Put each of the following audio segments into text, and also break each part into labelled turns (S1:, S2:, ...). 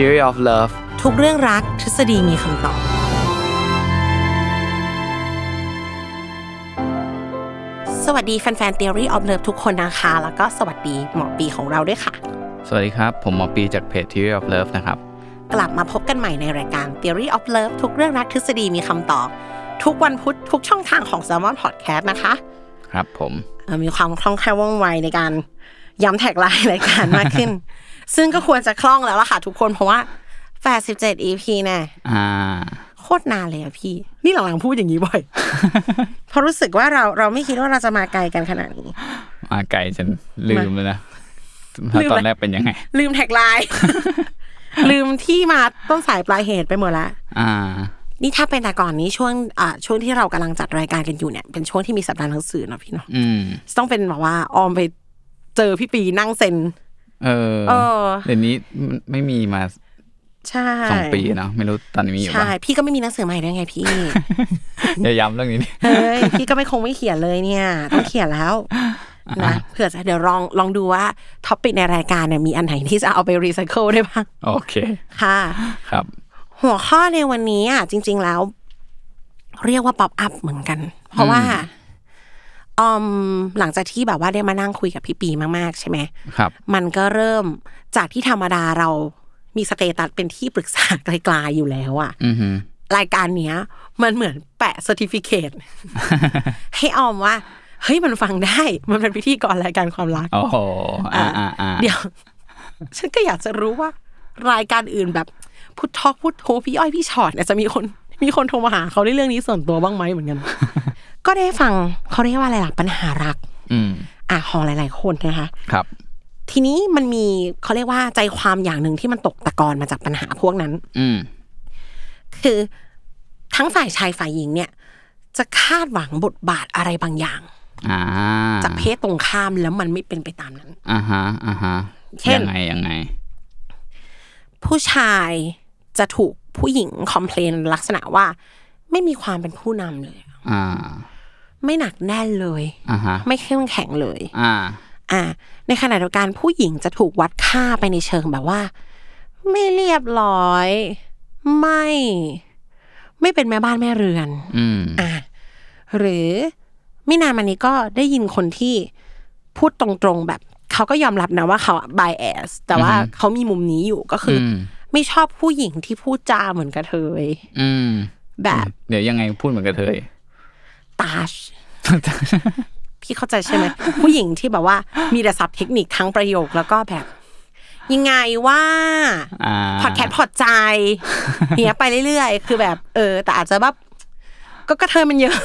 S1: Theory of Love
S2: ทุกเรื่องรักทฤษฎีมีคำตอบ สวัสดีแฟนๆ Theory of Love ทุกคนนะคะ แล้วก็สวัสดีหมอปีของเราด้วยค่ะ
S1: สวัสดีครับ ผมหมอปีจากเพจ Theory of Love นะครับ
S2: กลับมาพบกันใหม่ในรายการ Theory of Love ทุกเรื่องรักทฤษฎีมีคำตอบ ทุกวันพุธทุกช่องทางของ s ซ l m o n Podcast นะคะ
S1: ครับผม
S2: เอ่อมีความคล่องแคล่วว่องไวในการย้ำแท็กไลน์รายการมากขึ้น ซึ่งก็ควรจะคล่องแล้วล่ะค่ะทุกคนเพราะว่า 87 EP แน่
S1: อ่า
S2: โคตรนานเลยอะพี่ นี่หลังๆพูดอย่างนี้บ่อย เพราะรู้สึกว่าเราเราไม่คิดว่าเราจะมาไกลกันขนาดนี้
S1: มาไกลจนลืมเลยนะถ้า
S2: ลืม
S1: ตอ
S2: อะไร
S1: นแรกเป็นยังไง
S2: ลืมแท็กไลน์ ลืมที่มาต้นสายปลายเหตุไปหมดละ
S1: อ่า
S2: นี่ถ้าเป็นแต่ก่อนนี้ช่วงอ่าช่วงที่เรากำลังจัดรายการกันอยู่เนี่ยเป็นช่วงที่มีสัปดาห์หนังสือเนาะพี่เนาะ
S1: อืม
S2: ต้องเป็นแบบว่าออมไปเจอพี่ปีนั่งเซ็น
S1: เออ
S2: เออ
S1: เดี๋ยวนี้มันไม่มีมา
S2: ใช่
S1: สองปีเนาะไม่รู้ตอนนี้มีอยู่
S2: ใช่
S1: ป่ะ
S2: พี่ก็ไม่มีหนังสือใหม่ด้วยไงพี่
S1: อย่าย้ำเรื่องนี้ดิ
S2: เฮ้ยพี่ก็ไม่คงไม่เขียนเลยเนี่ยต้องเขียนแล้วนะเผื่อจะเดี๋ยวลองลองดูว่าท็อปิกในรายการเนี่ยมีอันไหนที่จะเอาไปรีไซเคิลได้บ้าง
S1: โอเค
S2: ค่ะ
S1: ครับ
S2: หัวข้อในวันนี้อ่ะจริง ๆแล้ว เรียกว่าป๊อปอัพเหมือนกัน เพราะว่าออมหลังจากที่แบบว่าได้มานั่งคุยกับพี่ปีมากๆ ใช่ไหม
S1: ครับ
S2: มันก็เริ่มจากที่ธรรมดาเรามีสเตตัสเป็นที่ปรึกษาไกลๆอยู่แล้วอ่ะ
S1: อือหือ
S2: รายการเนี้ย มันเหมือนแปะ certificate ให้ออมว่า เฮ้ยมันฟังได้ มันเป็นพิธีกรรายการความรัก
S1: โอ้โห อ่าอ่าอ่า
S2: เดี๋ยว ฉันก็อยากจะรู้ว่า รายการอื่นแบบพุททอกพุทโธพี่อ้อยพี่ชอตเนี่ยจะมีคนมีคนโทรมาหาเขาในเรื่องนี้ส่วนตัวบ้างไหมเหมือนกัน ก็ได้ฟังเขาเรียกว่าอะไรล่ะปัญหารัก
S1: อืม
S2: อ่ะของหลาย ๆ คนนะคะ
S1: ครับ
S2: ทีนี้มันมีเขาเรียกว่าใจความอย่างหนึ่งที่มันตกตะกอนมาจากปัญหาพวกนั้น
S1: อืม
S2: คือทั้งฝ่ายชายฝ่ายหญิงเนี่ย จะคาดหวังบทบาทอะไรบางอย่าง
S1: อ่า
S2: จากเพศตรงข้ามแล้วมันไม่เป็นไปตามนั้น
S1: อ่าฮะ อ่าฮะ
S2: เช่น
S1: ยังไง ยังไง
S2: ผู้ชายจะถูกผู้หญิงคอมเพลนลักษณะว่า ไม่มีความเป็นผู้นำเลย
S1: อ่า
S2: ไม่หนักแน่นเลย
S1: อ่าฮะ
S2: ไม่เข้มแข็งเลย
S1: อ่า
S2: อ่า ในขณะเดียวกันผู้หญิงจะถูกวัดค่าไปในเชิงแบบว่า ไม่เรียบร้อย ไม่ ไม่เป็นแม่บ้านแม่เรือน
S1: อืม
S2: อ่ะหรือไม่นานมานี้ก็ได้ยินคนที่พูดตรงๆแบบ เขาก็ยอมรับนะว่าเขาบ i แอสแต่ว่าเขามีมุมนี้อยู่ก็คืออ
S1: ม
S2: ไม่ชอบผู้หญิงที่พูดจาเหมือนกระเทย
S1: อืม
S2: แบบ
S1: เดี๋ยวยังไงพูดเหมือนกระเทย
S2: ตา ชพี่เข้าใจใช่ไหม ผู้หญิงที่แบบว่ามีแต่ศัพท์เทคนิคทั้งประโยคแล้วก็แบบ ยังไงว่า
S1: อ่า
S2: พอดแคสต์พอดใจเนี้ยไปเรื่อยๆ คือแบบ เออ แต่อาจจะแบบก็กระเทยมัน เยอะ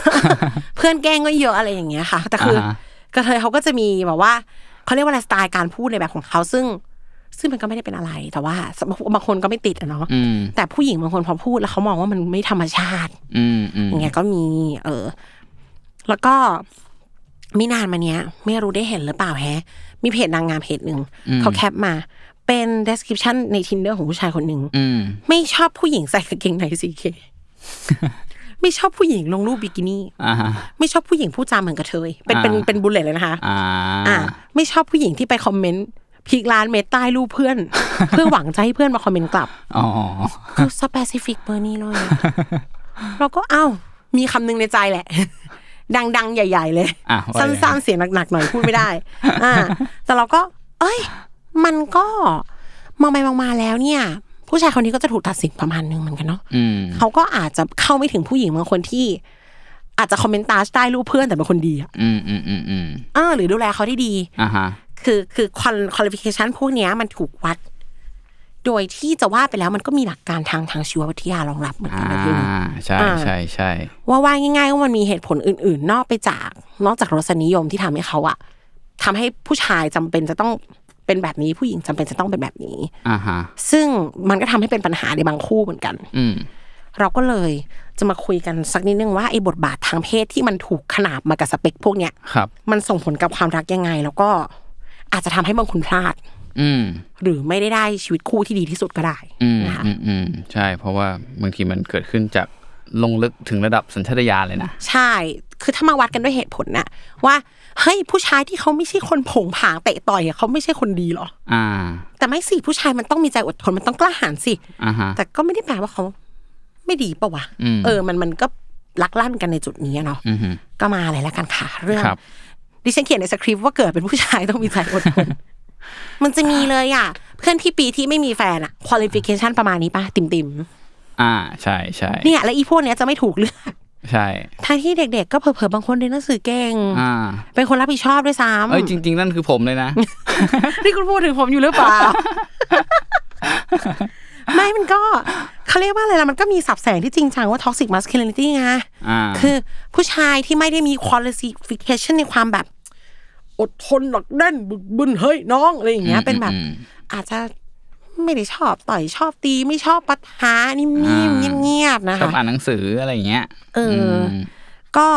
S2: เพื่อนแกล้งก็เยอะอะไรอย่างเงี้ยค่ะ แต่คือ
S1: า
S2: อ
S1: ฮะ
S2: กระเทยเขาก็จะมีแบบว่าเขาเรียกว่าอะไรสไตล์การพูดในแบบของเขาซึ่ง ซึ่งมันก็ไม่ได้เป็นอะไรแต่ว่าบางคนก็ไม่ติดอะเนาะ
S1: อืม
S2: แต่ผู้หญิงบางคนพอพูดแล้วเขามองว่ามันไม่ธรรมชาติ
S1: อืมอืม
S2: อย่างเงี้ยก็มี เออ แล้วก็ไม่นานมาเนี้ย ไม่รู้ได้เห็นหรือเปล่าแฮะ มีเพจนางงามเพจหนึ่งเขาแคปมา เป็น description ใน tinder ของผู้ชายคนหนึ่ง
S1: อืม
S2: ไม่ชอบผู้หญิงใส่กางเกงในสี เค ไม่ชอบผู้หญิงลงรูปบิกินี่
S1: อ่าฮะ
S2: ไม่ชอบผู้หญิงพูดจาเหมือนกระเทยเป็นเป็น
S1: อ่า
S2: เป็นบุลเลตเลยนะคะ
S1: อ่า
S2: อ่ะไม่ชอบผู้หญิงที่ไปคอมเมนต์พีกร้านเมตใต้รูปเพื่อน เพื่อหวังจะให้เพื่อนมาคอมเมนต์กลับ
S1: อ๋อ
S2: คือ สเปซิฟิกเบอร์นี้เลย เราก็เอ้า มีคำหนึงในใจแหละ ดังๆ ใหญ่ ๆ เลย
S1: อ่ะว่ายังไง
S2: ซ้ำๆเสียงหนักๆหน่อยพูดไม่ได้ อ่า แต่เราก็ เอ้ย มันก็มองไปมองมาแล้วเนี่ย ผู้ชายคนนี้ก็จะถูกตัดสินประมาณนึงเหมือนกันเนาะ
S1: อืม
S2: เขาก็อาจจะเข้าไม่ถึงผู้หญิงบางคนที่ อาจจะคอมเมนต์ตาได้รูปเพื่อนแต่เป็นคนดีอะ
S1: อืมอืมอืมอืม
S2: เออหรือดูแลเขาได้ดี
S1: อ่าฮะ
S2: คือคือคอนคอลิฟิเคชันพวกเนี้ยมันถูกวัด โดยที่จะว่าไปแล้วมันก็มีหลักการทางทางชีววิทยารองรับเหมือนกั
S1: อ่า
S2: นนะพี่หนุ่ม
S1: ใช่
S2: อ่า
S1: ใช่ใช่
S2: ว่าว่าง่ายๆว่ามันมีเหตุผลอื่น ๆ นอกไปจาก นอกจากรสนิยมที่ทำให้เขาอะทำให้ผู้ชายจำเป็นจะต้องเป็นแบบนี้ผู้หญิงจำเป็นจะต้องเป็นแบบนี้
S1: อ่าฮะ
S2: ซึ่งมันก็ทำให้เป็นปัญหาในบางคู่เหมือนกัน
S1: อืม
S2: เราก็เลยจะมาคุยกันสักนิดนึงว่าไอ้บทบาททางเพศที่มันถูกขนาบมากับสเปคพวกเนี้ย
S1: ครับ
S2: มันส่งผลกับความรักยังไง แล้วก็อาจจะทำให้บางคนพลาด
S1: อืม
S2: หรือไม่ได้ได้ชีวิตคู่ที่ดีที่สุดก็ได้
S1: อืม
S2: นะคะ
S1: อืมอืมใช่ เพราะว่าบางทีมันเกิดขึ้นจากลงลึกถึงระดับสัญชาตญาณเลยนะ
S2: ใช่ คือถ้ามาวัดกันด้วยเหตุผลน่ะ ว่าเฮ้ยผู้ชายที่เขาไม่ใช่คนโผงผางเตะต่อยอะเขาไม่ใช่คนดีหรอ
S1: อ่า
S2: แต่ไม่สิผู้ชายมันต้องมีใจอดทนมันต้องกล้าหาญสิ
S1: อ่าฮะ
S2: แต่ก็ไม่ได้แปลว่าเขาไม่ดีปะวะ
S1: อืม
S2: เออมันมันก็ลักลั่นกันในจุดนี้อะเนาะ
S1: อืมฮึ
S2: ก็มาเลยแล้วกันค่ะ เรื่อง
S1: ครับ
S2: ดิฉันเขียนในสคริปต์ว่าเกิดเป็นผู้ชายต้องมีใจอดท น มันจะมีเลยอ่ะเพื่อนพี่ปีที่ไม่มีแฟนอ่ะคุณลิฟิเคชันประมาณนี้ปะติ่มติม
S1: อ่า ใช่ใช่
S2: ๆเนี่ยแล้วอีพวกเนี้ยจะไม่ถูกเลือก
S1: ใช่
S2: ทั้งที่เด็กๆ ก็เผลอๆ บางคนเรียนหนังสือเก่ง
S1: อ่า
S2: เป็นคนรับผิดชอบด้วยซ้ำ
S1: เอ้ย จริง ๆ นั่นคือผมเลยนะ
S2: นี่คุณพูดถึงผมอยู่หรือ เปล่า ไม่มันก็เขาเรียกว่าอะไรล่ะ มันก็มีสับแสงที่จริงจังว่าท็อกซิ m มัส u l ลิ i ตี้ไง
S1: อ่า
S2: คือผู้ชายที่ไม่ได้มีคุณลิฟิเคชันในความแบบ อดทนหนักแน่นบึกบึนเฮ้ยน้องอะไรอย่างเงี้ย เป็นแบบ
S1: อืม
S2: อาจจะไม่ได้ชอบต่อยชอบตีไม่ชอบปะทะนิ่ม
S1: อ่า
S2: ๆเงียบๆนะ
S1: ชอบ
S2: คะ
S1: อ่านหนังสืออะไรอย่างเงี้ย
S2: เอออ
S1: ม
S2: ก็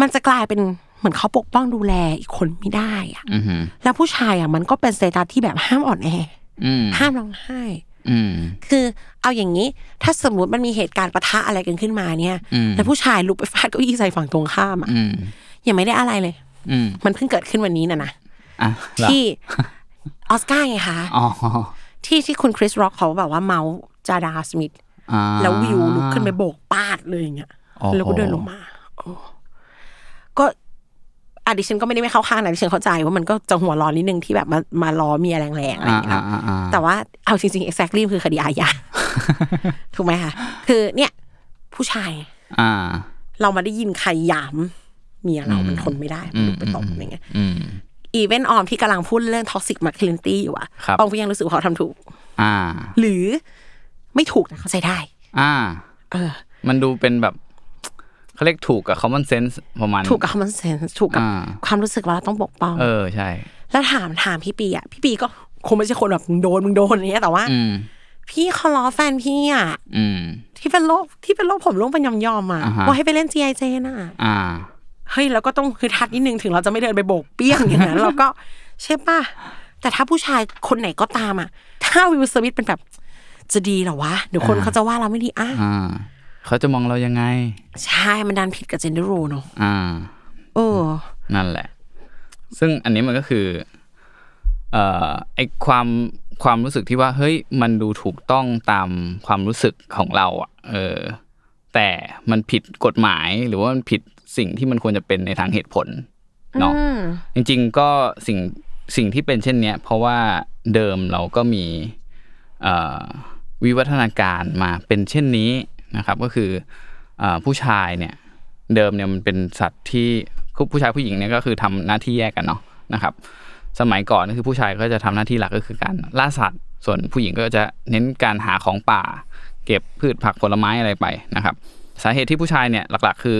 S2: มันจะกลายเป็นเหมือนเขาปกป้องดูแลอีกคนไม่ได้อะ
S1: อืมฮึ
S2: แล้วผู้ชายอ่ะมันก็เป็นสเตตัสที่แบบห้ามอ่อนแอ
S1: อืม
S2: ห้ามร้องไห้
S1: อืม
S2: คือเอาอย่างนี้ ถ้าสมมติมันมีเหตุการณ์ปะทะอะไรกันขึ้นมาเนี่ย
S1: อืม
S2: แล้วผู้ชายลุกไปฟาดเก้าอี้ใส่ฝั่งตรงข้ามอ่ะ
S1: อืม
S2: ยังไม่ได้อะไรเลย
S1: อืม
S2: มันเพิ่งเกิดขึ้นวันนี้น่ะนะ
S1: อ่ะเหรอ
S2: ที่ ออสการ์ไงคะ
S1: อ๋อ
S2: ที่ที่คุณคริสร็อกเขาแบบว่าเมาส์จาดาสมิธ
S1: อ่า
S2: แล้ววิวลุกขึ้นไปโบกปาดเลยอย่างเงี้ย
S1: โอ้โห
S2: แล้วก็เดินลงมาโอ้ก็อะดิฉันก็ไม่ได้ไม่เข้าข้างนะดิฉันเข้าใจว่ามันก็จะหัวร้อนนิดนึงที่แบบมามาล้อเมียแรงๆอะไรอ
S1: อ่า
S2: ย่างเงี้ย
S1: อ่า
S2: เนาะ
S1: อ่าอ่า
S2: แต่ว่าเอาจริงๆ exactly มันคือคดีอา ญา ถูกไหมคะคือเนี่ย ผู้ชาย
S1: อ่า
S2: เรามาได้ยินใครหยามเมียเรามันทนไม่ได้มันลุกไปตบอะไรเงี้ย
S1: อืม
S2: อีเวนออมที่กำลังพูดเรื่องท็อกซิกมาคลินตี้อยู่อะ
S1: ครับ
S2: ออมก็ยังรู้สึกว่าเขาทำถูก
S1: อ่า
S2: หรือไม่ถูกนะเข้าใจได้
S1: อ่า
S2: เออ
S1: มันดูเป็นแบบเขาเรียกถูกกับ common sense ประมาณ
S2: ถูกกับ common sense ถูกกับ
S1: อ่า
S2: ความรู้สึกว่าเราต้องปกป้อง
S1: เออ ใช่
S2: แล้วถามถามพี่ปีอ่ะพี่ปีก็คงไม่ใช่คนแบบมึงโดนมึงโดนอย่างเงี้ยแต่ว่า
S1: อืม
S2: พี่เขาล้อแฟนพี่อ่ะ
S1: อืม
S2: ที่เป็นโรคที่เป็นโรคผมร่วงเป็นยอมๆอ่ะ
S1: อ่าฮะ
S2: ว่าให้ไปเล่น G I J น่ะ
S1: อ่า
S2: เฮ้ยแล้วก็ต้องคือทัดนิดนึงถึงเราจะไม่เดินไปโบกเปี้ยงอย่างนั้น เราก็ใช่ป่ะแต่ถ้าผู้ชายคนไหนก็ตามอ่ะ ถ้าวิวสวิตเป็นแบบ จะดีเหรอวะเดี๋ยวคนเขาจะว่าเราไม่ดีอ่ะ
S1: อ่า เขาจะมองเรายังไง
S2: ใช่มันดันผิดกับเจนเดอร์โรเนาะ
S1: อ่า
S2: เออ
S1: นั่นแหละ ซึ่งอันนี้มันก็คือ เอ่อ ไอความความรู้สึกที่ว่า เฮ้ย มันดูถูกต้องตามความรู้สึกของเราอะเออ แต่มันผิดกฎหมายหรือว่ามันผิดสิ่งที่มันควรจะเป็นในทางเหตุผลเนาะ จริงๆก็สิ่งสิ่งที่เป็นเช่นเนี้ย เพราะว่าเดิมเราก็มีเอ่อวิวัฒนาการมาเป็นเช่นนี้นะครับ ก็คือเอ่อผู้ชายเนี่ย เดิมเนี่ยมันเป็นสัตว์ที่ผู้ชายผู้หญิงเนี่ยก็คือทำหน้าที่แยกกันเนาะนะครับ สมัยก่อนก็คือผู้ชายก็จะทำหน้าที่หลักก็คือการล่าสัตว์ ส่วนผู้หญิงก็จะเน้นการหาของป่า เก็บพืชผักผลไม้อะไรไปนะครับ สาเหตุที่ผู้ชายเนี่ยหลักๆ คือ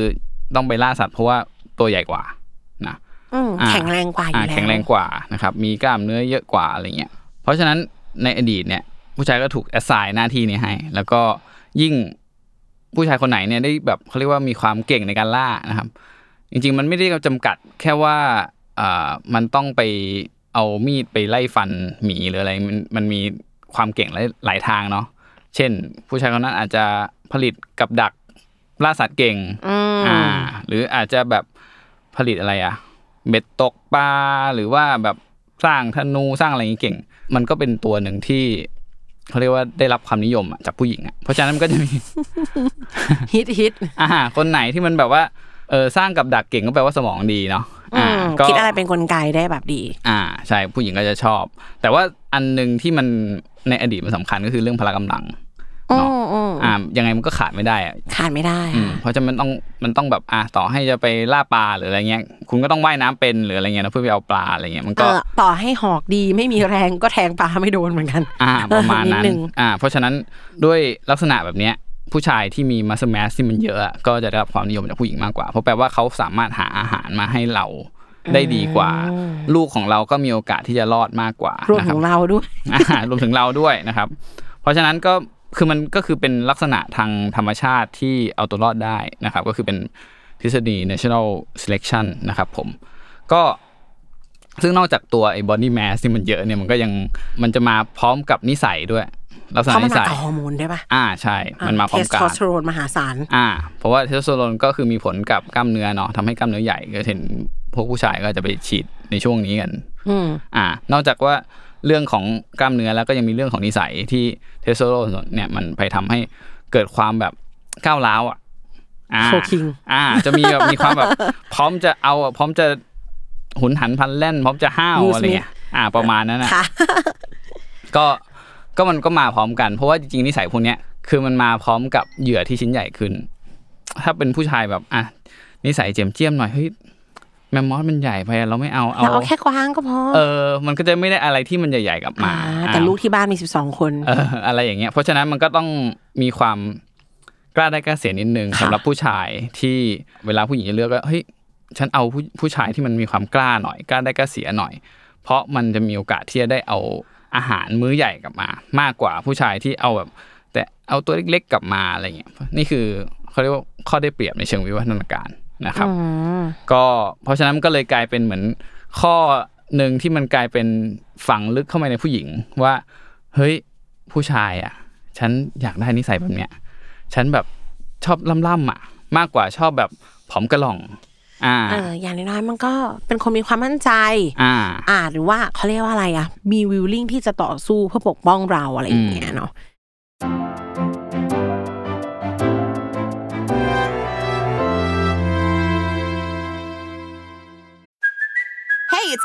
S1: ต้องไปล่าสัตว์เพราะว่าตัวใหญ่กว่านะ
S2: อืม
S1: อ่า
S2: แข็งแรงกว่าอ
S1: า
S2: ยู่แล้ว
S1: แข็งแรงกว่านะครับ มีกล้ามเนื้อเยอะกว่าอะไรเงี้ย เพราะฉะนั้นในอดีตเนี่ย ผู้ชายก็ถูกแอสไซน์หน้าที่นี้ให้ แล้วก็ยิ่งผู้ชายคนไหนเนี่ยได้แบบเขาเรียกว่ามีความเก่งในการล่านะครับ จริงๆ มันไม่ได้จำกัดแค่ว่าอ่ามันต้องไปเอามีดไปไล่ฟันหมีหรืออะไร มันมันมีความเก่งหลายหลายทางเนาะ เช่น ผู้ชายคนนั้นอาจจะผลิตกับดักล่าสัตว์เก่ง
S2: อืม
S1: อ่าหรืออาจจะแบบผลิตอะไรอ่ะเบ็ดตกปลาหรือว่าแบบสร้างธนูสร้างอะไรอย่างนี้เก่ง มันก็เป็นตัวหนึ่งที่เขาเรียกว่าได้รับความนิยมอะจากผู้หญิงอ่ะเพราะฉะนั้นมันก็จะมี
S2: ฮิตฮิต
S1: อ่าคนไหนที่มันแบบว่า เออสร้างกับดักเก่งก็แปลว่าสมองดีเนาะ
S2: อื
S1: อ่าม ก็
S2: คิดอะไรเป็นกลไกได้แบบดี
S1: อ่าใช่ผู้หญิงก็จะชอบ แต่ว่าอันหนึ่งที่มันในอดีตมันสำคัญก็คือเรื่องพละกำลัง
S2: อื
S1: เนาะ
S2: มอืม
S1: อ่ายังไงมันก็ขาดไม่ได้อะ
S2: ขาดไม่ได้
S1: อืม
S2: ค่ะ
S1: เพราะฉะนั้นมันต้องมันต้องแบบอ่าต่อให้จะไปล่าปลาหรืออะไรเงี้ย คุณก็ต้องว่ายน้ำเป็นหรืออะไรเงี้ยนะเพื่อไปเอาปลาอะไรเงี้ยมัน
S2: เอ
S1: ก็
S2: อต่อให้หอกดีไม่มีแรงก็แทงปลาไม่โดนเหมือนกัน
S1: อ่าประมาณนั้น
S2: นิดนึง
S1: อ่าเพราะฉะนั้นด้วยลักษณะแบบเนี้ยผู้ชายที่มีมัสแมสที่มันเยอะอะก็จะได้รับความนิยมจากผู้หญิงมากกว่า เพราะแปลว่าเขาสามารถหาอาหารมาให้เราได้ดีกว่า ลูกของเราก็มีโอกาสที่จะรอดมากกว่าร
S2: วม
S1: นะค
S2: ข
S1: บ
S2: องเราด้วย
S1: อ่าร วมถึงเราด้วยนะครับ เพราะฉะนั้นก็คือมันก็คือเป็นลักษณะทางธรรมชาติที่เอาตัวรอดได้นะครับ ก็คือเป็นทฤษฎี national selection นะครับผมก็ซึ่งนอกจากตัวไอ้ body mass ที่มันเยอะเนี่ยมันก็ยังมันจะมาพร้อมกับนิสัยด้วย ลักษณะ
S2: เพราะมัน
S1: นิ
S2: มา
S1: สัย
S2: กับฮอร์โมนด้วยปะ
S1: อ่าใช่ มันมาพร้อมกั
S2: เทสโท
S1: น
S2: สเตอโรนมหาศาล
S1: อ่า เพราะว่าเทสโทสเตอโรนก็คือมีผลกับกล้ามเนื้อเนาะทำให้กล้ามเนื้อใหญ่ก็เห็นพวกผู้ชายก็จะไปฉีดในช่วงนี้กัน
S2: อืม
S1: อ่า นอกจากว่าเรื่องของกล้ามเนื้อแล้วก็ยังมีเรื่องของนิสัยที่เทสโทสเตอโรนเนี่ยมันไปทำให้เกิดความแบบก้าวร้าวอ่ะอ่า
S2: โชว์คิง
S1: อ่า จะมี แบบมีความแบบ พร้อมจะเอาอะพร้อมจะหุนหันพลันแล่น พร้อมจะห้าว
S2: มือสมิธ
S1: อะไรเงี้ยอ่า ประมาณนั้นนะ
S2: ค่ะ
S1: ก็ก็มันก็มาพร้อมกัน เพราะว่าจริงๆนิสัยพวกเนี้ยคือมันมาพร้อมกับเหยื่อที่ชิ้นใหญ่ขึ้น ถ้าเป็นผู้ชายแบบอ่ะนิสัยเจียมเจียมๆหน่อยเฮ้ยแมมมอสมันใหญ่ไปอะเราไม่เอาเอา
S2: เราเอาแค่กว้างก็พอ
S1: เออ มันก็จะไม่ได้อะไรที่มันใหญ่ๆกลับมา
S2: อ่าแต่ลูกที่บ้านมีสิบสองคน
S1: เอออะไรอย่างเงี้ย เพราะฉะนั้นมันก็ต้องมีความกล้าได้กล้าเสียนิดนึง
S2: ค่ะ
S1: สำหรับผู้ชายที่เวลาผู้หญิงจะเลือกก็เฮ้ย ฉันเอาผู้ผู้ชายที่มันมีความกล้าหน่อย กล้าได้กล้าเสียหน่อย เพราะมันจะมีโอกาสที่จะได้เอาอาหารมื้อใหญ่กลับมา มากกว่าผู้ชายที่เอาแบบ แต่เอาตัวเล็กๆกลับมาอะไรเงี้ย นี่คือเขาเรียกว่าข้อได้เปรียบในเชิงวิวัฒนาการนะครับ
S2: อืม
S1: ก็เพราะฉะนั้นมันก็เลยกลายเป็นเหมือนข้อหนึ่งที่มันกลายเป็นฝังลึกเข้ามาในผู้หญิงว่า เฮ้ยผู้ชายอ่ะ ฉันอยากได้นิสัยแบบเนี้ย ฉันแบบชอบล่ำๆอ่ะ มากกว่าชอบแบบผอมกระหล่อง อ่า
S2: เออ อย่างน้อยๆมันก็เป็นคนมีความมั่นใจ
S1: อ่า
S2: อ่าหรือว่าเขาเรียกว่าอะไรอะมีวิลลิ่งที่จะต่อสู้เพื่อปกป้องเราอะไรอย่างเงี้ยเนาะ
S3: Hey, it's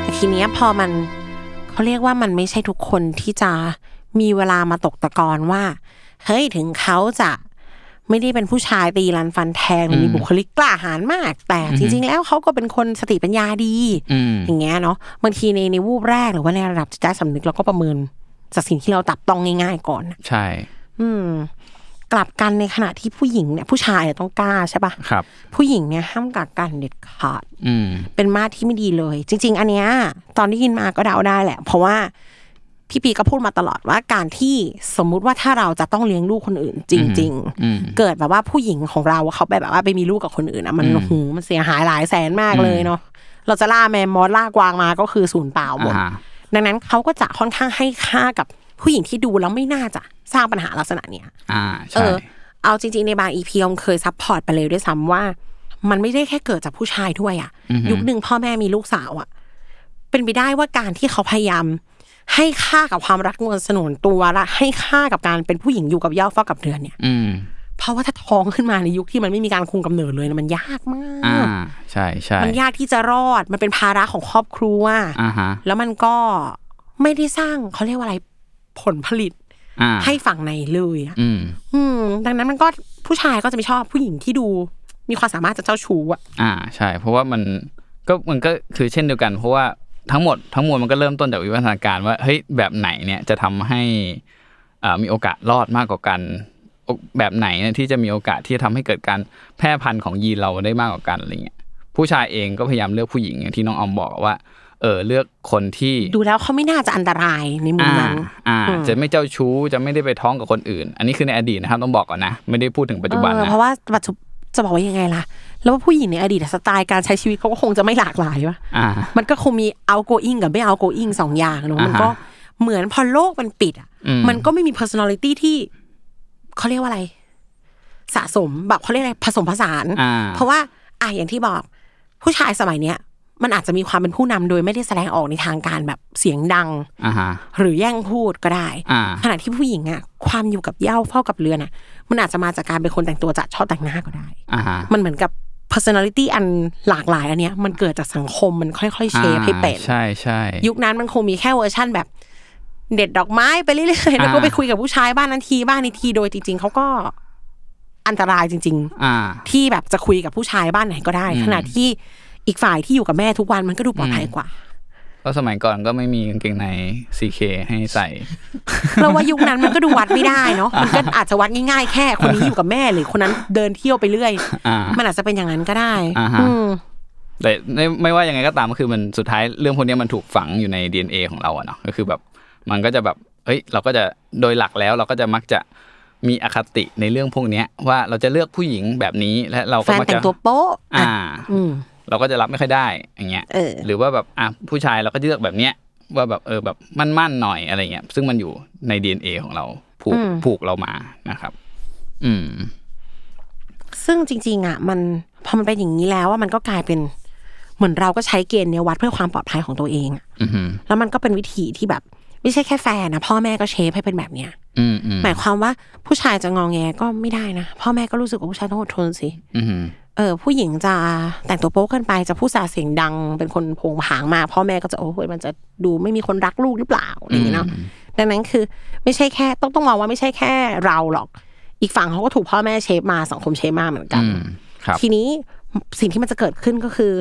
S2: แต่ทีเนี้ยพอมันเขาเรียกว่ามันไม่ใช่ทุกคนที่จะมีเวลามาตกตะกอนว่า เฮ้ยถึงเขาจะไม่ได้เป็นผู้ชายตีรันฟันแทงหรือมีบุคลิกกล้าหาญมาก แต่จริง ๆ แล้วเขาก็เป็นคนสติปัญญาดี
S1: อืม
S2: อย่างเงี้ยเนาะบางทีในในวูบแรกหรือว่าในระดับจิตใต้สำนึกเราก็ประเมิน จากสิ่งที่เราตับต้องง่ายๆก่อนน่ะ
S1: ใช่
S2: อืม กลับกันในขณะที่ผู้หญิงเนี่ยผู้ชายเนี่ยต้องกล้าใช่ปะ
S1: ครับ
S2: ผู้หญิงเนี่ยห้ามกักกันเด็ดขาด
S1: อืม
S2: เป็นมาสที่ไม่ดีเลย จริง ๆ อันเนี้ยตอนที่ยินมาก็เดาได้แหละ เพราะว่าพี่ปีก็พูดมาตลอดว่าการที่สมมุติว่าถ้าเราจะต้องเลี้ยงลูกคนอื่น จริง ๆ เกิดแบบว่าผู้หญิงของเราเขาไปแบบว่าไปมีลูกกับคนอื่นอะมันโอ้โหูมันเสียหายหลายแสนมากเลยเนาะเราจะล่าแมมมอสล่ากวางมาก็คือศูนย์เปล่าหมด
S1: อ่า
S2: ดังนั้นเขาก็จะค่อนข้างให้ค่ากับผู้หญิงที่ดูแล้วไม่น่าจะสร้างปัญหาลักษณะเนี้ย
S1: อ่า
S2: เอ
S1: ใช่
S2: อเอาจริงๆ ในบางอีพีอมเคยซัพพอร์ตไปเลยด้วยซ้ำว่า มันไม่ได้แค่เกิดจากผู้ชายด้วยอะยุคหนึ่งพ่อแม่มีลูกสาวอะเป็นไปได้ว่าการที่เขาพยายาม ให้ค่ากับความรักงวนสนุนตัวและให้ค่ากับการเป็นผู้หญิงอยู่กับเหย่าเฝ้ากับเรือนเนี่ย
S1: อืม
S2: เพราะว่าถ้าท้องขึ้นมาในยุคที่มันไม่มีการคุมกำเนิดเลยนะมันยากมา
S1: อ่าก ใช่ใช่
S2: มันยากที่จะรอดมันเป็นภาระของครอบครัว
S1: อ่าฮะ
S2: แล้วมันก็ไม่ได้สร้างเขาเรียกว่าอะไรผลผลิต
S1: อ่า
S2: ให้ฝั่งในเลยอะ
S1: อืม
S2: อืมดังนั้นมันก็ผู้ชายก็จะไม่ชอบผู้หญิงที่ดูมีความสามารถจะเจ้าชู้อะ
S1: อ่าใช่ เพราะว่ามันก็มันก็คือเช่นเดียวกัน เพราะว่าทั้งหมดทั้งมวลมันก็เริ่มต้นจากวิวัฒนาการว่าเฮ้ยแบบไหนเนี่ยจะทำให้อ่ามีโอกาสรอดมากกว่ากันโอแบบไหนเนี่ยที่จะมีโอกาสที่จะทำให้เกิดการแพร่พันธุ์ของยีนเราได้มากกว่ากันอะไรเงี้ยผู้ชายเองก็พยายามเลือกผู้หญิงอย่างที่น้องออมบอกว่า เออเลือกคนที่
S2: ดูแล้วเขาไม่น่าจะอันตรายในมุม
S1: อ่า
S2: นั้น
S1: อ่า
S2: อืม
S1: จะไม่เจ้าชู้ จะไม่ได้ไปท้องกับคนอื่น อันนี้คือในอดีตนะครับ ต้องบอกก่อนนะ ไม่ได้พูดถึงปัจจุบัน
S2: เออ
S1: นะ
S2: เพราะว่าปัจจุจะบอกว่ายังไงล่ะ แล้วว่าผู้หญิงในอดีตอะสไตล์การใช้ชีวิตเขาก็คงจะไม่หลากหลายปะ
S1: อ่า
S2: มันก็คงมี outgoing กับไม่ outgoing สองอย่างเนอะมันก็
S1: อ่าฮะ
S2: เหมือนพอโลกมันปิดอ่ะ
S1: อืม
S2: มันก็ไม่มี personality ที่เขาเรียกว่าอะไร สะสมแบบเขาเรียกอะไรผสมผสาน
S1: อ่า
S2: เพราะว่าอ่ะอย่างที่บอก ผู้ชายสมัยเนี้ย มันอาจจะมีความเป็นผู้นำโดยไม่ได้แสดงออกในทางการแบบเสียงดัง
S1: อ่าฮะ
S2: หรือแย่งพูดก็ได้
S1: อ่า
S2: ขณะที่ผู้หญิงอะความอยู่กับเหย้าเฝ้ากับเรือนอะมันอาจจะมาจากการเป็นคนแต่งตัวจัดชอบแต่งหน้าก็ได้
S1: อ่าฮะ
S2: มันเหมือนกับ personality อันหลากหลายอันเนี้ยมันเกิดจากสังคมมันค่อยๆเชฟให้เป็น
S1: ใช่ใช่
S2: ยุคนั้นมันคงมีแค่เวอร์ชั่นแบบ เด็ดดอกไม้ไปเรื่อยๆแล้วก็
S1: อ่า
S2: ไปคุยกับผู้ชายบ้านนั้นทีบ้านนี้ทีโดยจริง ๆเขาก็อันตรายจริง ๆ
S1: อ่า
S2: ที่แบบจะคุยกับผู้ชายบ้านไหนก็ได้ ขณะที่อีกฝ่ายที่อยู่กับแม่ทุกวันมันก็ดูปลอดภัยกว่า
S1: ก็สมัยก่อนก็ไม่มีกางเกงใน CK ให้ใส่
S2: เราว่ายุคนั้นมันก็ดูวัดไม่ได้เนาะมันก็อาจจะวัดง่ายๆ แค่คนนี้อยู่กับแม่หรือคนนั้นเดินเที่ยวไปเรื่อย
S1: อ่ามั
S2: มันอาจจะเป็นอย่างนั้นก็ได้
S1: อ่าฮะ
S2: อืม
S1: แต่ไม่ไม่ว่ายังไงก็ตามก็คือมันสุดท้ายเรื่องพวกเนี้ยมันถูกฝังอยู่ใน DNA ของเราอะเนาะก็คือแบบมันก็จะแบบเฮ้ยเราก็จะโดยหลักแล้วเราก็จะมักจะมีอคติในเรื่องพวกเนี้ยว่าเราจะเลือกผู้หญิงแบบนี้และเรา
S2: แฟ
S1: ก็
S2: น
S1: มัก
S2: แต่
S1: จะ
S2: งตัวโป๊ะ
S1: อ่า
S2: อ่ะอืม
S1: เราก็จะรับไม่ค่อยได้อย่างเงี้ย
S2: เออ
S1: หรือว่าแบบอ่ะผู้ชายเราก็จะเลือกแบบเนี้ยว่าแบบเออแบบมั่นๆหน่อยอะไรเงี้ยซึ่งมันอยู่ใน DNA ของเราผูกผูกเรามานะครับ อืม
S2: ซึ่งจริงๆอ่ะมันพอมันเป็นอย่างนี้แล้วว่ามันก็กลายเป็น เหมือนเราก็ใช้เกณฑ์เนี้ยวัดเพื่อความปลอดภัยของตัวเองอะ
S1: อือหือ
S2: แล้วมันก็เป็นวิธีที่แบบ ไม่ใช่แค่แฟนนะพ่อแม่ก็เชฟให้เป็นแบบเนี้ย
S1: อืมอืม
S2: หมายความว่าผู้ชายจะงองแงก็ไม่ได้นะพ่อแม่ก็รู้สึกว่าผู้ชายต้องอดทนสิ
S1: อือหือ
S2: เออผู้หญิงจะแต่งตัวโป๊กเกินไปจะพูดจาเสียงดัง เป็นคนโผงผางมาพ่อแม่ก็จะโอ้โหมันจะดูไม่มีคนรักลูกหรือเปล่าอะไรอย่างเงี้ยเนาะดังนั้นคือไม่ใช่แค่ต้องต้องมองว่าไม่ใช่แค่เราหรอก อีกฝั่งเขาก็ถูกพ่อแม่เชฟมาสังคมเชฟมาเหมือนกัน
S1: อืมครับ
S2: ทีนี้สิ่งที่มันจะเกิดขึ้นก็คือ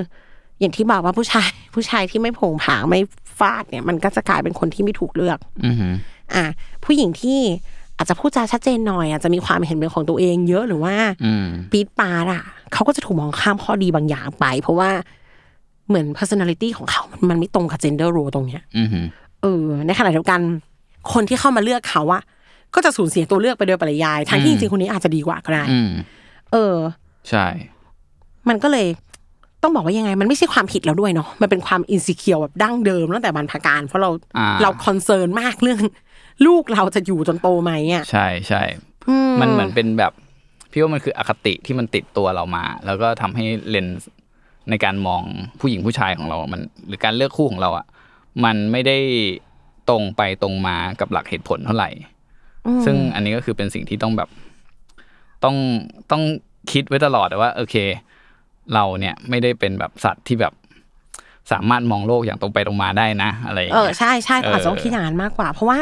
S2: อย่างที่บอกว่าผู้ชาย ผู้ชายที่ไม่โผงผางไม่ฟาดเนี่ยมันก็จะกลายเป็นคนที่ไม่ถูกเลือก
S1: อือหือ
S2: อ่ะผู้หญิงที่อาจจะพูดจาชัดเจนหน่อย อาจจะมีความเห็นเป็นของตัวเองเยอะหรือว่า
S1: อืม
S2: ปีดปาดอะเขาก็จะถูกมองข้ามข้อดีบางอย่างไป เพราะว่าเหมือน personality ของเขา มันมันไม่ตรงกับ gender role ตรงเนี้ย
S1: อือหือ
S2: เออในขณะเดียวกัน คนที่เข้ามาเลือกเขาอะก็จะสูญเสียตัวเลือกไปโดยปริยายทั้งที่จริงๆคนนี้อาจจะดีกว่าก็ได้
S1: อืม
S2: เออ
S1: ใช่
S2: มันก็เลยต้องบอกว่ายังไง มันไม่ใช่ความผิดเราด้วยเนาะมันเป็นความอินสิเคียวแบบดั้งเดิมตั้งแต่บรรพการ เพราะเรา
S1: อ่า
S2: เราคอนเซิร์นมากเรื่อง ลูกเราจะอยู่จนโตไหมอะ
S1: ใช่ใช่ มันเหมือนเป็นแบบพี่ว่ามันคืออคติที่มันติดตัวเรามา แล้วก็ทำให้เลนส์ในการมองผู้หญิงผู้ชายของเรา มัน หรือการเลือกคู่ของเราอ่ะ มันไม่ได้ตรงไปตรงมากับหลักเหตุผลเท่าไหร่ ซึ่งอันนี้ก็คือเป็นสิ่งที่ต้องแบบ ต้องต้องคิดไว้ตลอดว่า โอเค เราเนี่ยไม่ได้เป็นแบบสัตว์ที่แบบสามารถมองโลกอย่างตรงไปตรงมาได้นะ อะไรอย่าง
S2: เออ
S1: เงี้ย
S2: ใช่ใช่
S1: เอออ
S2: อาจจะต้องคิดอย่างนั้นมากกว่า เพราะว่า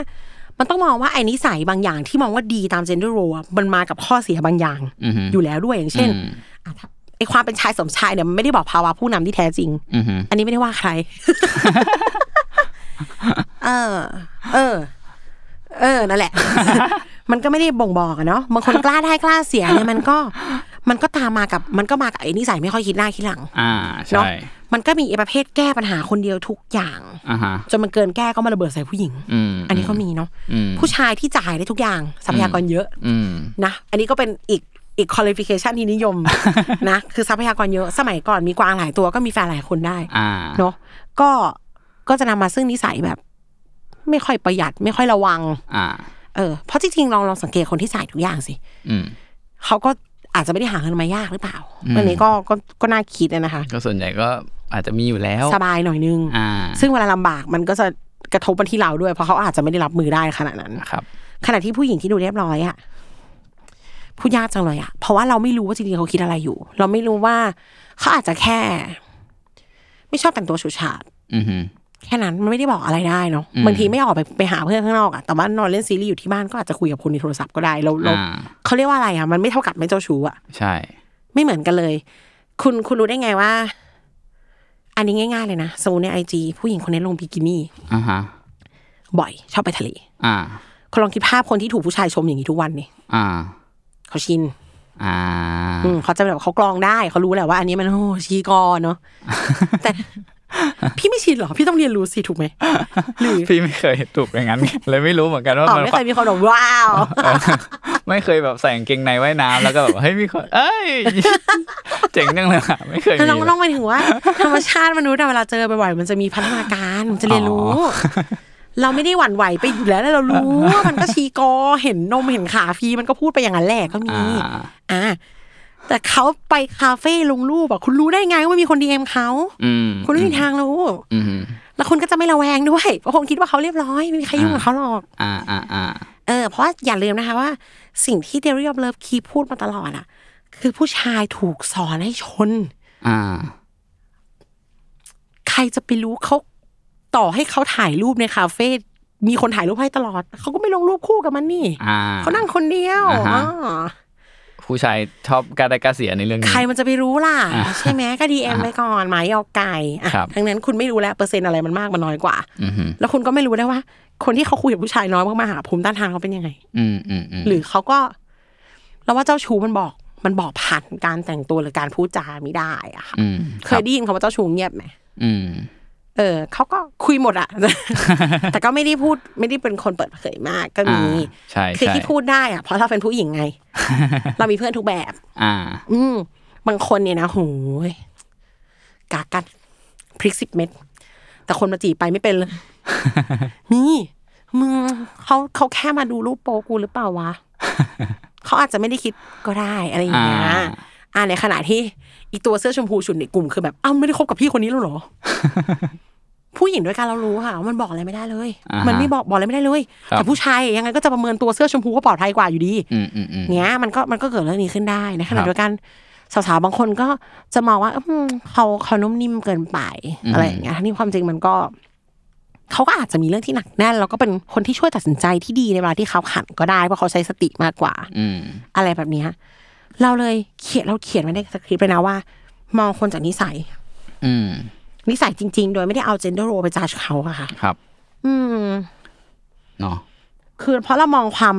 S2: มันต้องมองว่าไอ้นิสัยบางอย่างที่มองว่าดีตาม gender role อะมันมากับข้อเสียบางอย่าง
S1: อือหือ
S2: อยู่แล้วด้วยอย่างเช่น
S1: อืม
S2: อ่ะถ้าไอ้ความเป็นชายสมชายเนี่ยมันไม่ได้บอกภาวะผู้นำที่แท้จริง
S1: อือหือ
S2: อันนี้ไม่ได้ว่าใคร เออ เออ เออ นั่นแหละ มันก็ไม่ได้บ่งบอกอะเนาะ บางคนกล้าได้กล้าเสียเนี่ยมันก็ มันก็ตามมากับ มันก็มากับไอ้นิสัยไม่ค่อยคิดหน้าคิดหลัง
S1: อ่า
S2: เนาะ
S1: ใช่
S2: มันก็มีไอ้ประเภทแก้ปัญหาคนเดียวทุกอย่าง
S1: อ่าฮะ
S2: จนมันเกินแก้ก็มาระเบิดใส่ผู้หญิง
S1: อืม
S2: อันนี้ก็มีเนาะ
S1: อืม
S2: ผู้ชายที่จ่ายได้ทุกอย่างทรัพยากรเยอะ
S1: อืม
S2: นะ อันนี้ก็เป็นอีกอีก qualification ที่นิยม นะ คือทรัพยากรเยอะ สมัยก่อนมีกวางหลายตัวก็มีแฟนหลายคนได้
S1: อ่า
S2: เนาะก็ ก็จะนำมาซึ่งนิสัยแบบ ไม่ค่อยประหยัด ไม่ค่อยระวัง
S1: อ่า
S2: เออ เพราะจริงๆลองลองสังเกตคนที่ใส่ทุกอย่างสิ
S1: อืม
S2: เขาก็อาจจะไม่ได้หาเงินมายากหรือเปล่าอันนี้ก็ ก็ ก็น่าคิดนะคะ
S1: ก็ส่วนใหญ่ก็อาจจะมีอยู่แล้ว
S2: สบายหน่อยนึง
S1: อ่า
S2: ซึ่งเวลาลำบากมันก็จะกระทบมาที่เราด้วย เพราะเขาอาจจะไม่ได้รับมือได้ขนาดนั้น
S1: ครับ
S2: ขณะที่ผู้หญิงที่ดูเรียบร้อยอะพูดยากจังเลยอะเพราะว่าเราไม่รู้ว่าจริงๆเขาคิดอะไรอยู่ เราไม่รู้ว่าเขาอาจจะแค่ ไม่ชอบแต่งตัวฉูดฉาด
S1: อือหือ
S2: แค่นั้นมันไม่ได้บอกอะไรได้เนาะบางทีไม่ออกไปไปหาเพื่อนข้างนอกอะแต่ว่านอนเล่นซีรีส์อยู่ที่บ้านก็อาจจะคุยกับคนในโทรศัพท์ก็ได้เราเรา
S1: อ่า
S2: เขาเรียกว่าอะไรอะมันไม่เท่ากับไม่เจ้าชู้อะ
S1: ใช่
S2: ไม่เหมือนกันเลย คุณคุณรู้ได้ไงว่า อันนี้ง่าย ๆ เลยนะสมมติในไอจีผู้หญิงคนนี้ลงบิกินี่
S1: อ่าฮะ
S2: บ่อย ชอบไปทะเล
S1: อ่า
S2: คุณลองคิดภาพคนที่ถูกผู้ชายชมอย่างนี้ทุกวันนี่
S1: อ่า
S2: เขาชิน
S1: อ่า
S2: อืมเขาจะแบบเขากรองได้เขารู้แหละว่าอันนี้มันโอ้ชีกอเนาะแต่ พี่ไม่ชินเหรอ พี่ต้องเรียนรู้สิถูกไหมหรือ
S1: พี่ไม่เคยถูกอย่างนั้นไงเลยไม่รู้เหมือนกันว่า
S2: อ๋อ
S1: มัน
S2: ไม่เคยมีคนบอกว้าว
S1: เอ อไม่เคยแบบใส่กางเกงในว่ายน้ำแล้วก็แบบเฮ้ยมีคนเอ้ย เจ๋งจังเลยอะไม่เคยมี
S2: ลองลอง
S1: เลย
S2: ไปถึงว่า ธรรมชาติมนุษย์อะเวลาเจอบ่อยๆมันจะมีพัฒนาการมันจะเรียนรู้
S1: อ๋อ
S2: เราไม่ได้หวั่นไหวไปอยู่แล้วแล้วเรารู้ว่ามันก็ชีกอเห็นนมเห็นขาพีมันก็พูดไปอย่างนั้นแหละก็มี
S1: อ่า
S2: อ่าแต่เขาไปคาเฟ่ลงรูปอะคุณรู้ได้ไงว่ามีคนดีเอ็มเขา
S1: อืม
S2: คุณไม่มีทางรู้
S1: อืม
S2: แล้วคุณก็จะไม่ระแวงด้วยเพราะคงคิดว่าเขาเรียบร้อยไม่มีใครยุ่งกับเขาหรอก
S1: อ่าอ่าอ่า
S2: เออเพราะว่าอย่าลืมนะคะว่า สิ่งที่เดริออฟเลิฟคีพูดมาตลอดอะคือผู้ชายถูกสอนให้ชน
S1: อ่า
S2: ใครจะไปรู้เขาต่อให้เขาถ่ายรูปในคาเฟ่ มีคนถ่ายรูปให้ตลอด เขาก็ไม่ลงรูปคู่กับมันนี่
S1: อ่า
S2: เขานั่งคนเดียว
S1: อ่าฮะ
S2: อ๋อ
S1: ผู้ชายชอบการได้การเสียในเรื่องนี้
S2: ใครมันจะไปรู้ล่ะ
S1: อ่า
S2: ใช่ไหมก็ดีเอ็มไปก่อนหมายเอาไก่อ่ะ
S1: ครับ
S2: ดังนั้นคุณไม่รู้แล้วเปอร์เซ็นต์อะไรมันมากมันน้อยกว่า
S1: อืม
S2: แล้วคุณก็ไม่รู้ได้ว่า คนที่เขาคุยกับผู้ชายน้อยมากๆหาภูมิต้านทานเขาเป็นยังไง
S1: อืมอืมอืม
S2: หรือเขาก็เราว่าเจ้าชู้มันบอก มันบอกผ่านการแต่งตัวหรือการพูดจาไม่ได้อะค่ะ
S1: อืม
S2: เคยได้ยินคำว่าเจ้าชู้เงียบไหม
S1: อืม
S2: เออเขาก็คุยหมดอะ แต่ก็ไม่ได้พูดไม่ได้เป็นคนเปิดเผยมากก็มี
S1: อ่าใช่
S2: คือ
S1: ใช่
S2: ที่พูดได้อะเพราะเราเป็นผู้หญิง ไง เรามีเพื่อนทุกแบบ
S1: อ่า
S2: อืมบางคนเนี่ยนะโหยกากัดพริกสิบเม็ดแต่คนมาจีบไปไม่เป็น เลย นี่มึงเขาเขาแค่มาดูรูปโปกูหรือเป ล่าวะ เขาอาจจะไม่ได้คิดก็ได้อะไรอย่างเงี้ย
S1: อ่า
S2: อ่าในขณะที่อีตัวเสื้อชมพูชุดในกลุ่มคือแบบอ้าวไม่ได้คบกับพี่คนนี้ แล้วเหรอ ผู้หญิงด้วยกันเรารู้ค่ะว่ามันบอกอะไรไม่ได้เลย
S1: อ่าฮะ
S2: มันไม่บอกบอกอะไรไม่ได้เลย
S1: ครับ
S2: แต่ผู้ชายยังไงก็จะประเมินตัวเสื้อชมพูว่าปลอดภัยกว่าอยู่ดี
S1: อืมอืมอืม
S2: เนี้ยมันก็มันก็เกิดเรื่องนี้ขึ้นได้ในข
S1: ค
S2: ณะ
S1: รับ
S2: เดียวกันสาวๆบางคนก็จะมองว่าอืมเขาเขานุ่มนิ่มเกินไป
S1: อืม
S2: อะไรอย่างเงี้ยทั้งที่ความจริงมันก็เขาก็อาจจะมีเรื่องที่หนักแน่นแล้วก็เป็นคนที่ช่วยตัดสินใจที่ดีในเวลาที่เขาขันก็ได้เพราะเขาใช้สติมากกว่า
S1: อืม
S2: อะไรแบบเนี้ยเราเลยเขียนเราเขียนไว้ในสคริปต์เลยนะว่า มองคนจากนิสัย
S1: อืม
S2: นิสัยจริง ๆ โดยไม่ได้เอาเจนเดอร์โรไปจ้าเขาอะค่ะ
S1: ครับ
S2: อืม
S1: เนาะ
S2: คือเพราะเรามองความ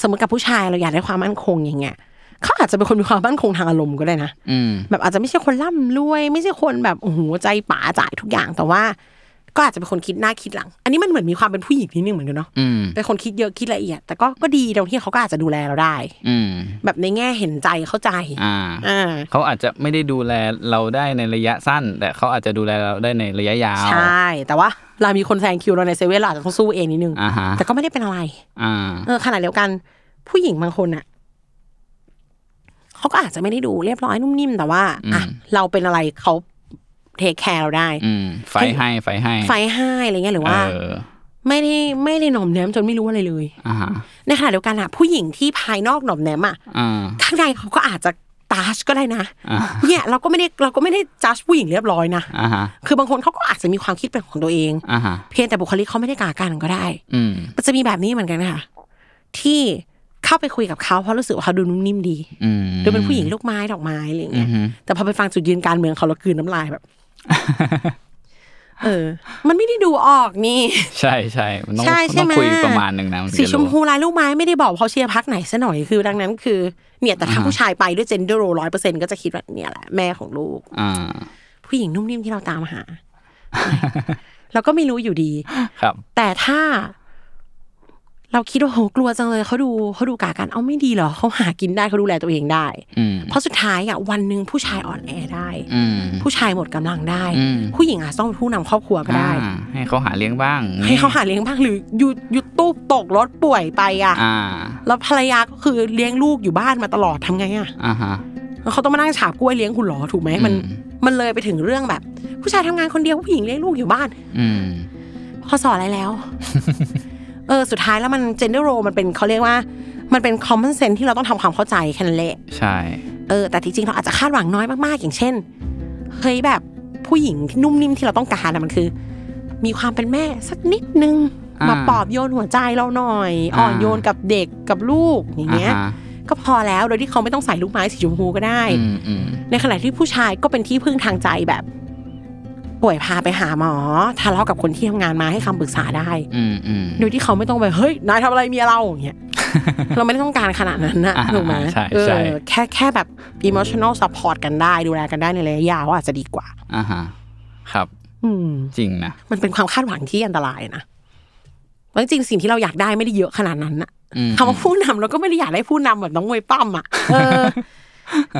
S2: สมมติกับผู้ชายเราอยากได้ความมั่นคงอย่างเงี้ยเขาอาจจะเป็นคนมีความมั่นคงทางอารมณ์ก็ได้นะ
S1: อืม
S2: แบบอาจจะไม่ใช่คนร่ำรวย ไม่ใช่คนแบบโอ้โหใจป๋าจ่ายทุกอย่างแต่ว่า ก็อาจจะเป็นคนคิดหน้าคิดหลัง อันนี้มันเหมือนมีความเป็นผู้หญิงนิดนึงเหมือนกันเนาะ
S1: อืม
S2: เป็นคนคิดเยอะคิดละเอียด แต่ก็ก็ดีตรงที่เขาก็อาจจะดูแลเราได้
S1: อืม
S2: แบบในแง่เห็นใจเข้าใจ
S1: อ่า
S2: อ่า
S1: เขาอาจจะไม่ได้ดูแลเราได้ในระยะสั้น แต่เขาอาจจะดูแลเราได้ในระยะยาว
S2: ใช่แต่ว่าเรามีคนแซงคิวเราในเซเว่นเราอาจจะต้องสู้เองนิดนึง
S1: อ่าฮะ
S2: แต่ก็ไม่ได้เป็นอะไร
S1: อ่า
S2: เออขณะเดียวกัน ผู้หญิงบางคนน่ะเขาก็อาจจะไม่ได้ดูเรียบร้อยนุ่มนิ่มแต่ว่าอ่ะ
S1: อืม
S2: เราเป็นอะไรเขาเทคแคร์เราได้
S1: อืมไฟให้ไฟให้
S2: ไฟให้อะไรเงี้ยหรือว่า
S1: เออ
S2: ไม่ได้ไม่ได้หน่อมแนมจนไม่รู้อะไรเลย
S1: อ่าฮะ
S2: ในขณะเดียวกันอะผู้หญิงที่ภายนอกหน่อมแนมอะ
S1: อ่า
S2: ข้างในเขาก็อาจจะตาชก็ได้นะ
S1: อ่า
S2: เนี่ยเราก็ไม่ได้เราก็ไม่ได้จัดผู้หญิงเรียบร้อยนะ
S1: อ่าฮะ
S2: คือบางคนเขาก็อาจจะมีความคิดเป็นของตัวเอง
S1: อ่าฮะ
S2: เพียงแต่บุคลิกเขาไม่ได้กากันก็ได้
S1: อืม
S2: มันจะมีแบบนี้เหมือนกันค่ะที่เข้าไปคุยกับเขาเพราะรู้สึกว่าเขาดูนุ่มนิ่มดี
S1: อืม
S2: ดูเป็นผู้หญิงลูกไม้ดอกไม้อะไรอย่าง
S1: อื
S2: เงี้
S1: ม
S2: ย
S1: ฮึ
S2: แต่พอไปฟังจุดยืนการเมืองเขาแล้วกลืนน้ำลาย แบบ เออ มันไม่ได้ดูออกนี่
S1: ใช่ใช่มันต้อง
S2: ใช่
S1: มัน
S2: ใช่
S1: ต้อง
S2: ไหม
S1: คุยประมาณหนึ่งนะนถึง
S2: สี
S1: จะ
S2: ชม
S1: รู้
S2: พูลายลูกไม้ไม่ได้บอกว่าเขาเชียร์พักไหนซะหน่อยคือ ดังนั้นคือ เนี่ยแต่ถ้าผู้ชายไปด้วยเจนเดอร์โรร้อยเปอร์เซ็นก็จะคิดว่าเนี่ยแหละแม่ของลูก
S1: อ่า
S2: ผู้หญิงนุ่มนิ่มที่เราตามหา เราก็ไม่รู้อยู่ดี
S1: ครับ
S2: แต่ถ้า เราคิดว่าโหกลัวจังเลยเขาดูเขาดูกากันเอาไม่ดีเหรอเขาหากินได้เขาดูแลตัวเองได้
S1: อืม
S2: เพราะสุดท้ายอ่ะวันหนึ่งผู้ชายอ่อนแอได้
S1: อืม
S2: ผู้ชายหมดกำลังได้
S1: อืม
S2: ผู้หญิงอาจต้องเป็นผู้นำครอบครัวก็ได้
S1: อ่าให้เขาหาเลี้ยงบ้าง
S2: ให้เขาหาเลี้ยงบ้างหรือหยุดหยุดตู้ตกรถป่วยไปอ่ะ
S1: อ่า
S2: แล้วภรรยาก็คือเลี้ยงลูกอยู่บ้านมาตลอดทำไงอะ
S1: อ่าฮะ
S2: แล้วเขาต้องมานั่งฉาบกล้วยเลี้ยงคุณเหรอถูกไหมมัน
S1: อืม
S2: มันเลยไปถึงเรื่องแบบ ผู้ชายทำงานคนเดียวผู้หญิงเลี้ยงลูกอยู่บ้าน
S1: อืม
S2: เขาสอนอะไรแล้ว เออ สุดท้ายแล้วมันเจนเดอร์โรมันเป็นเขาเรียกว่า มันเป็นคอมมอนเซนที่เราต้องทำความเข้าใจแค่นั้นแหละ
S1: ใช่
S2: เออแต่ที่จริงเราอาจจะคาดหวังน้อยมากๆอย่างเช่นเฮ้ยแบบผู้หญิงที่นุ่มนิ่มที่เราต้องการนะมันคือ มีความเป็นแม่สักนิดนึง
S1: า
S2: มาปลอบโยนหัวใจเราหน่อย อ่อน
S1: อ่า
S2: โยนกับเด็กกับลูกอย่างเงี้ย
S1: อ่าฮะ
S2: ก็พอแล้วโดยที่เขาไม่ต้องใส่ลูกไม้สีชมพูก็ได้
S1: อืมอืม
S2: ในขณะที่ผู้ชายก็เป็นที่พึ่งทางใจแบบ ป่วยพาไปหาหมอทะเลาะกับคนที่ทำงานมาให้คำปรึกษาได้
S1: อืมอืม
S2: โดยที่เขาไม่ต้องไปเฮ้ยนายทำอะไรเมียเราอย่า งเงี้ย เราไม่ได้ต้องการขนาดนั้นนะ
S1: อ่า
S2: ถูกไหม
S1: ใช่
S2: เออ
S1: ใช่
S2: แค่แค่แบบ emotional support กันได้ ดูแลกันได้ในระยะยาวอาจจะดีกว่า
S1: อ่าฮะครับ
S2: อืม
S1: จริงนะ
S2: มันเป็นความคาดหวังที่อันตรายนะแล้วจริงๆสิ่งที่เราอยากได้ไม่ได้เยอะขนาดนั้นน่ะ
S1: อืม
S2: คำว่าผู้นำเราก็ไม่ได้อยากได้ผู้นำแบบน้องมวยปั้มอ่ะ เออ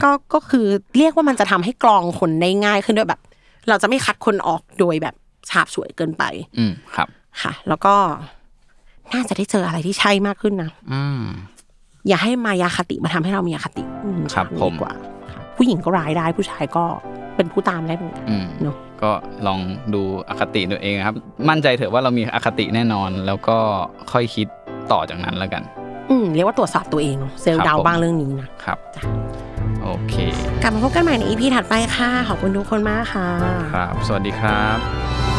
S2: ก็ก็คือเรียกว่ามันจะทำให้กรองคนได้ง่ายขึ้นด้วยแบบ เราจะไม่คัดคนออกโดยแบบฉาบฉวยเกินไป
S1: อืมครับ
S2: ค่ะ แล้วก็น่าจะได้เจออะไรที่ใช่มากขึ้นนะ
S1: อ่า
S2: อย่าให้มายาคติมาทำให้เรามีอคติอืม
S1: ครับผม
S2: ดีกว่าค่ะผู้หญิงก็ร้ายได้ ผู้ชายก็เป็นผู้ตามได้เหมือนกัน
S1: อืม
S2: เนอะ
S1: ก็ลองดูอคติตัวเองนะครับ มั่นใจเถอะว่าเรามีอคติแน่นอน แล้วก็ค่อยคิดต่อจากนั้นแล้วกัน
S2: อืมเรียกว่าตรวจสอบตัวเองเนอะเซล
S1: ครับ
S2: ล์ดาว
S1: ผม
S2: บ้างเรื่องนี้นะ
S1: ครับ
S2: จ้ะ
S1: โอเค
S2: กลับมาพบกันใหม่ในอีพีถัดไปค่ะ ขอบคุณทุกคนมากค่ะ
S1: ครับ สวัสดีครับ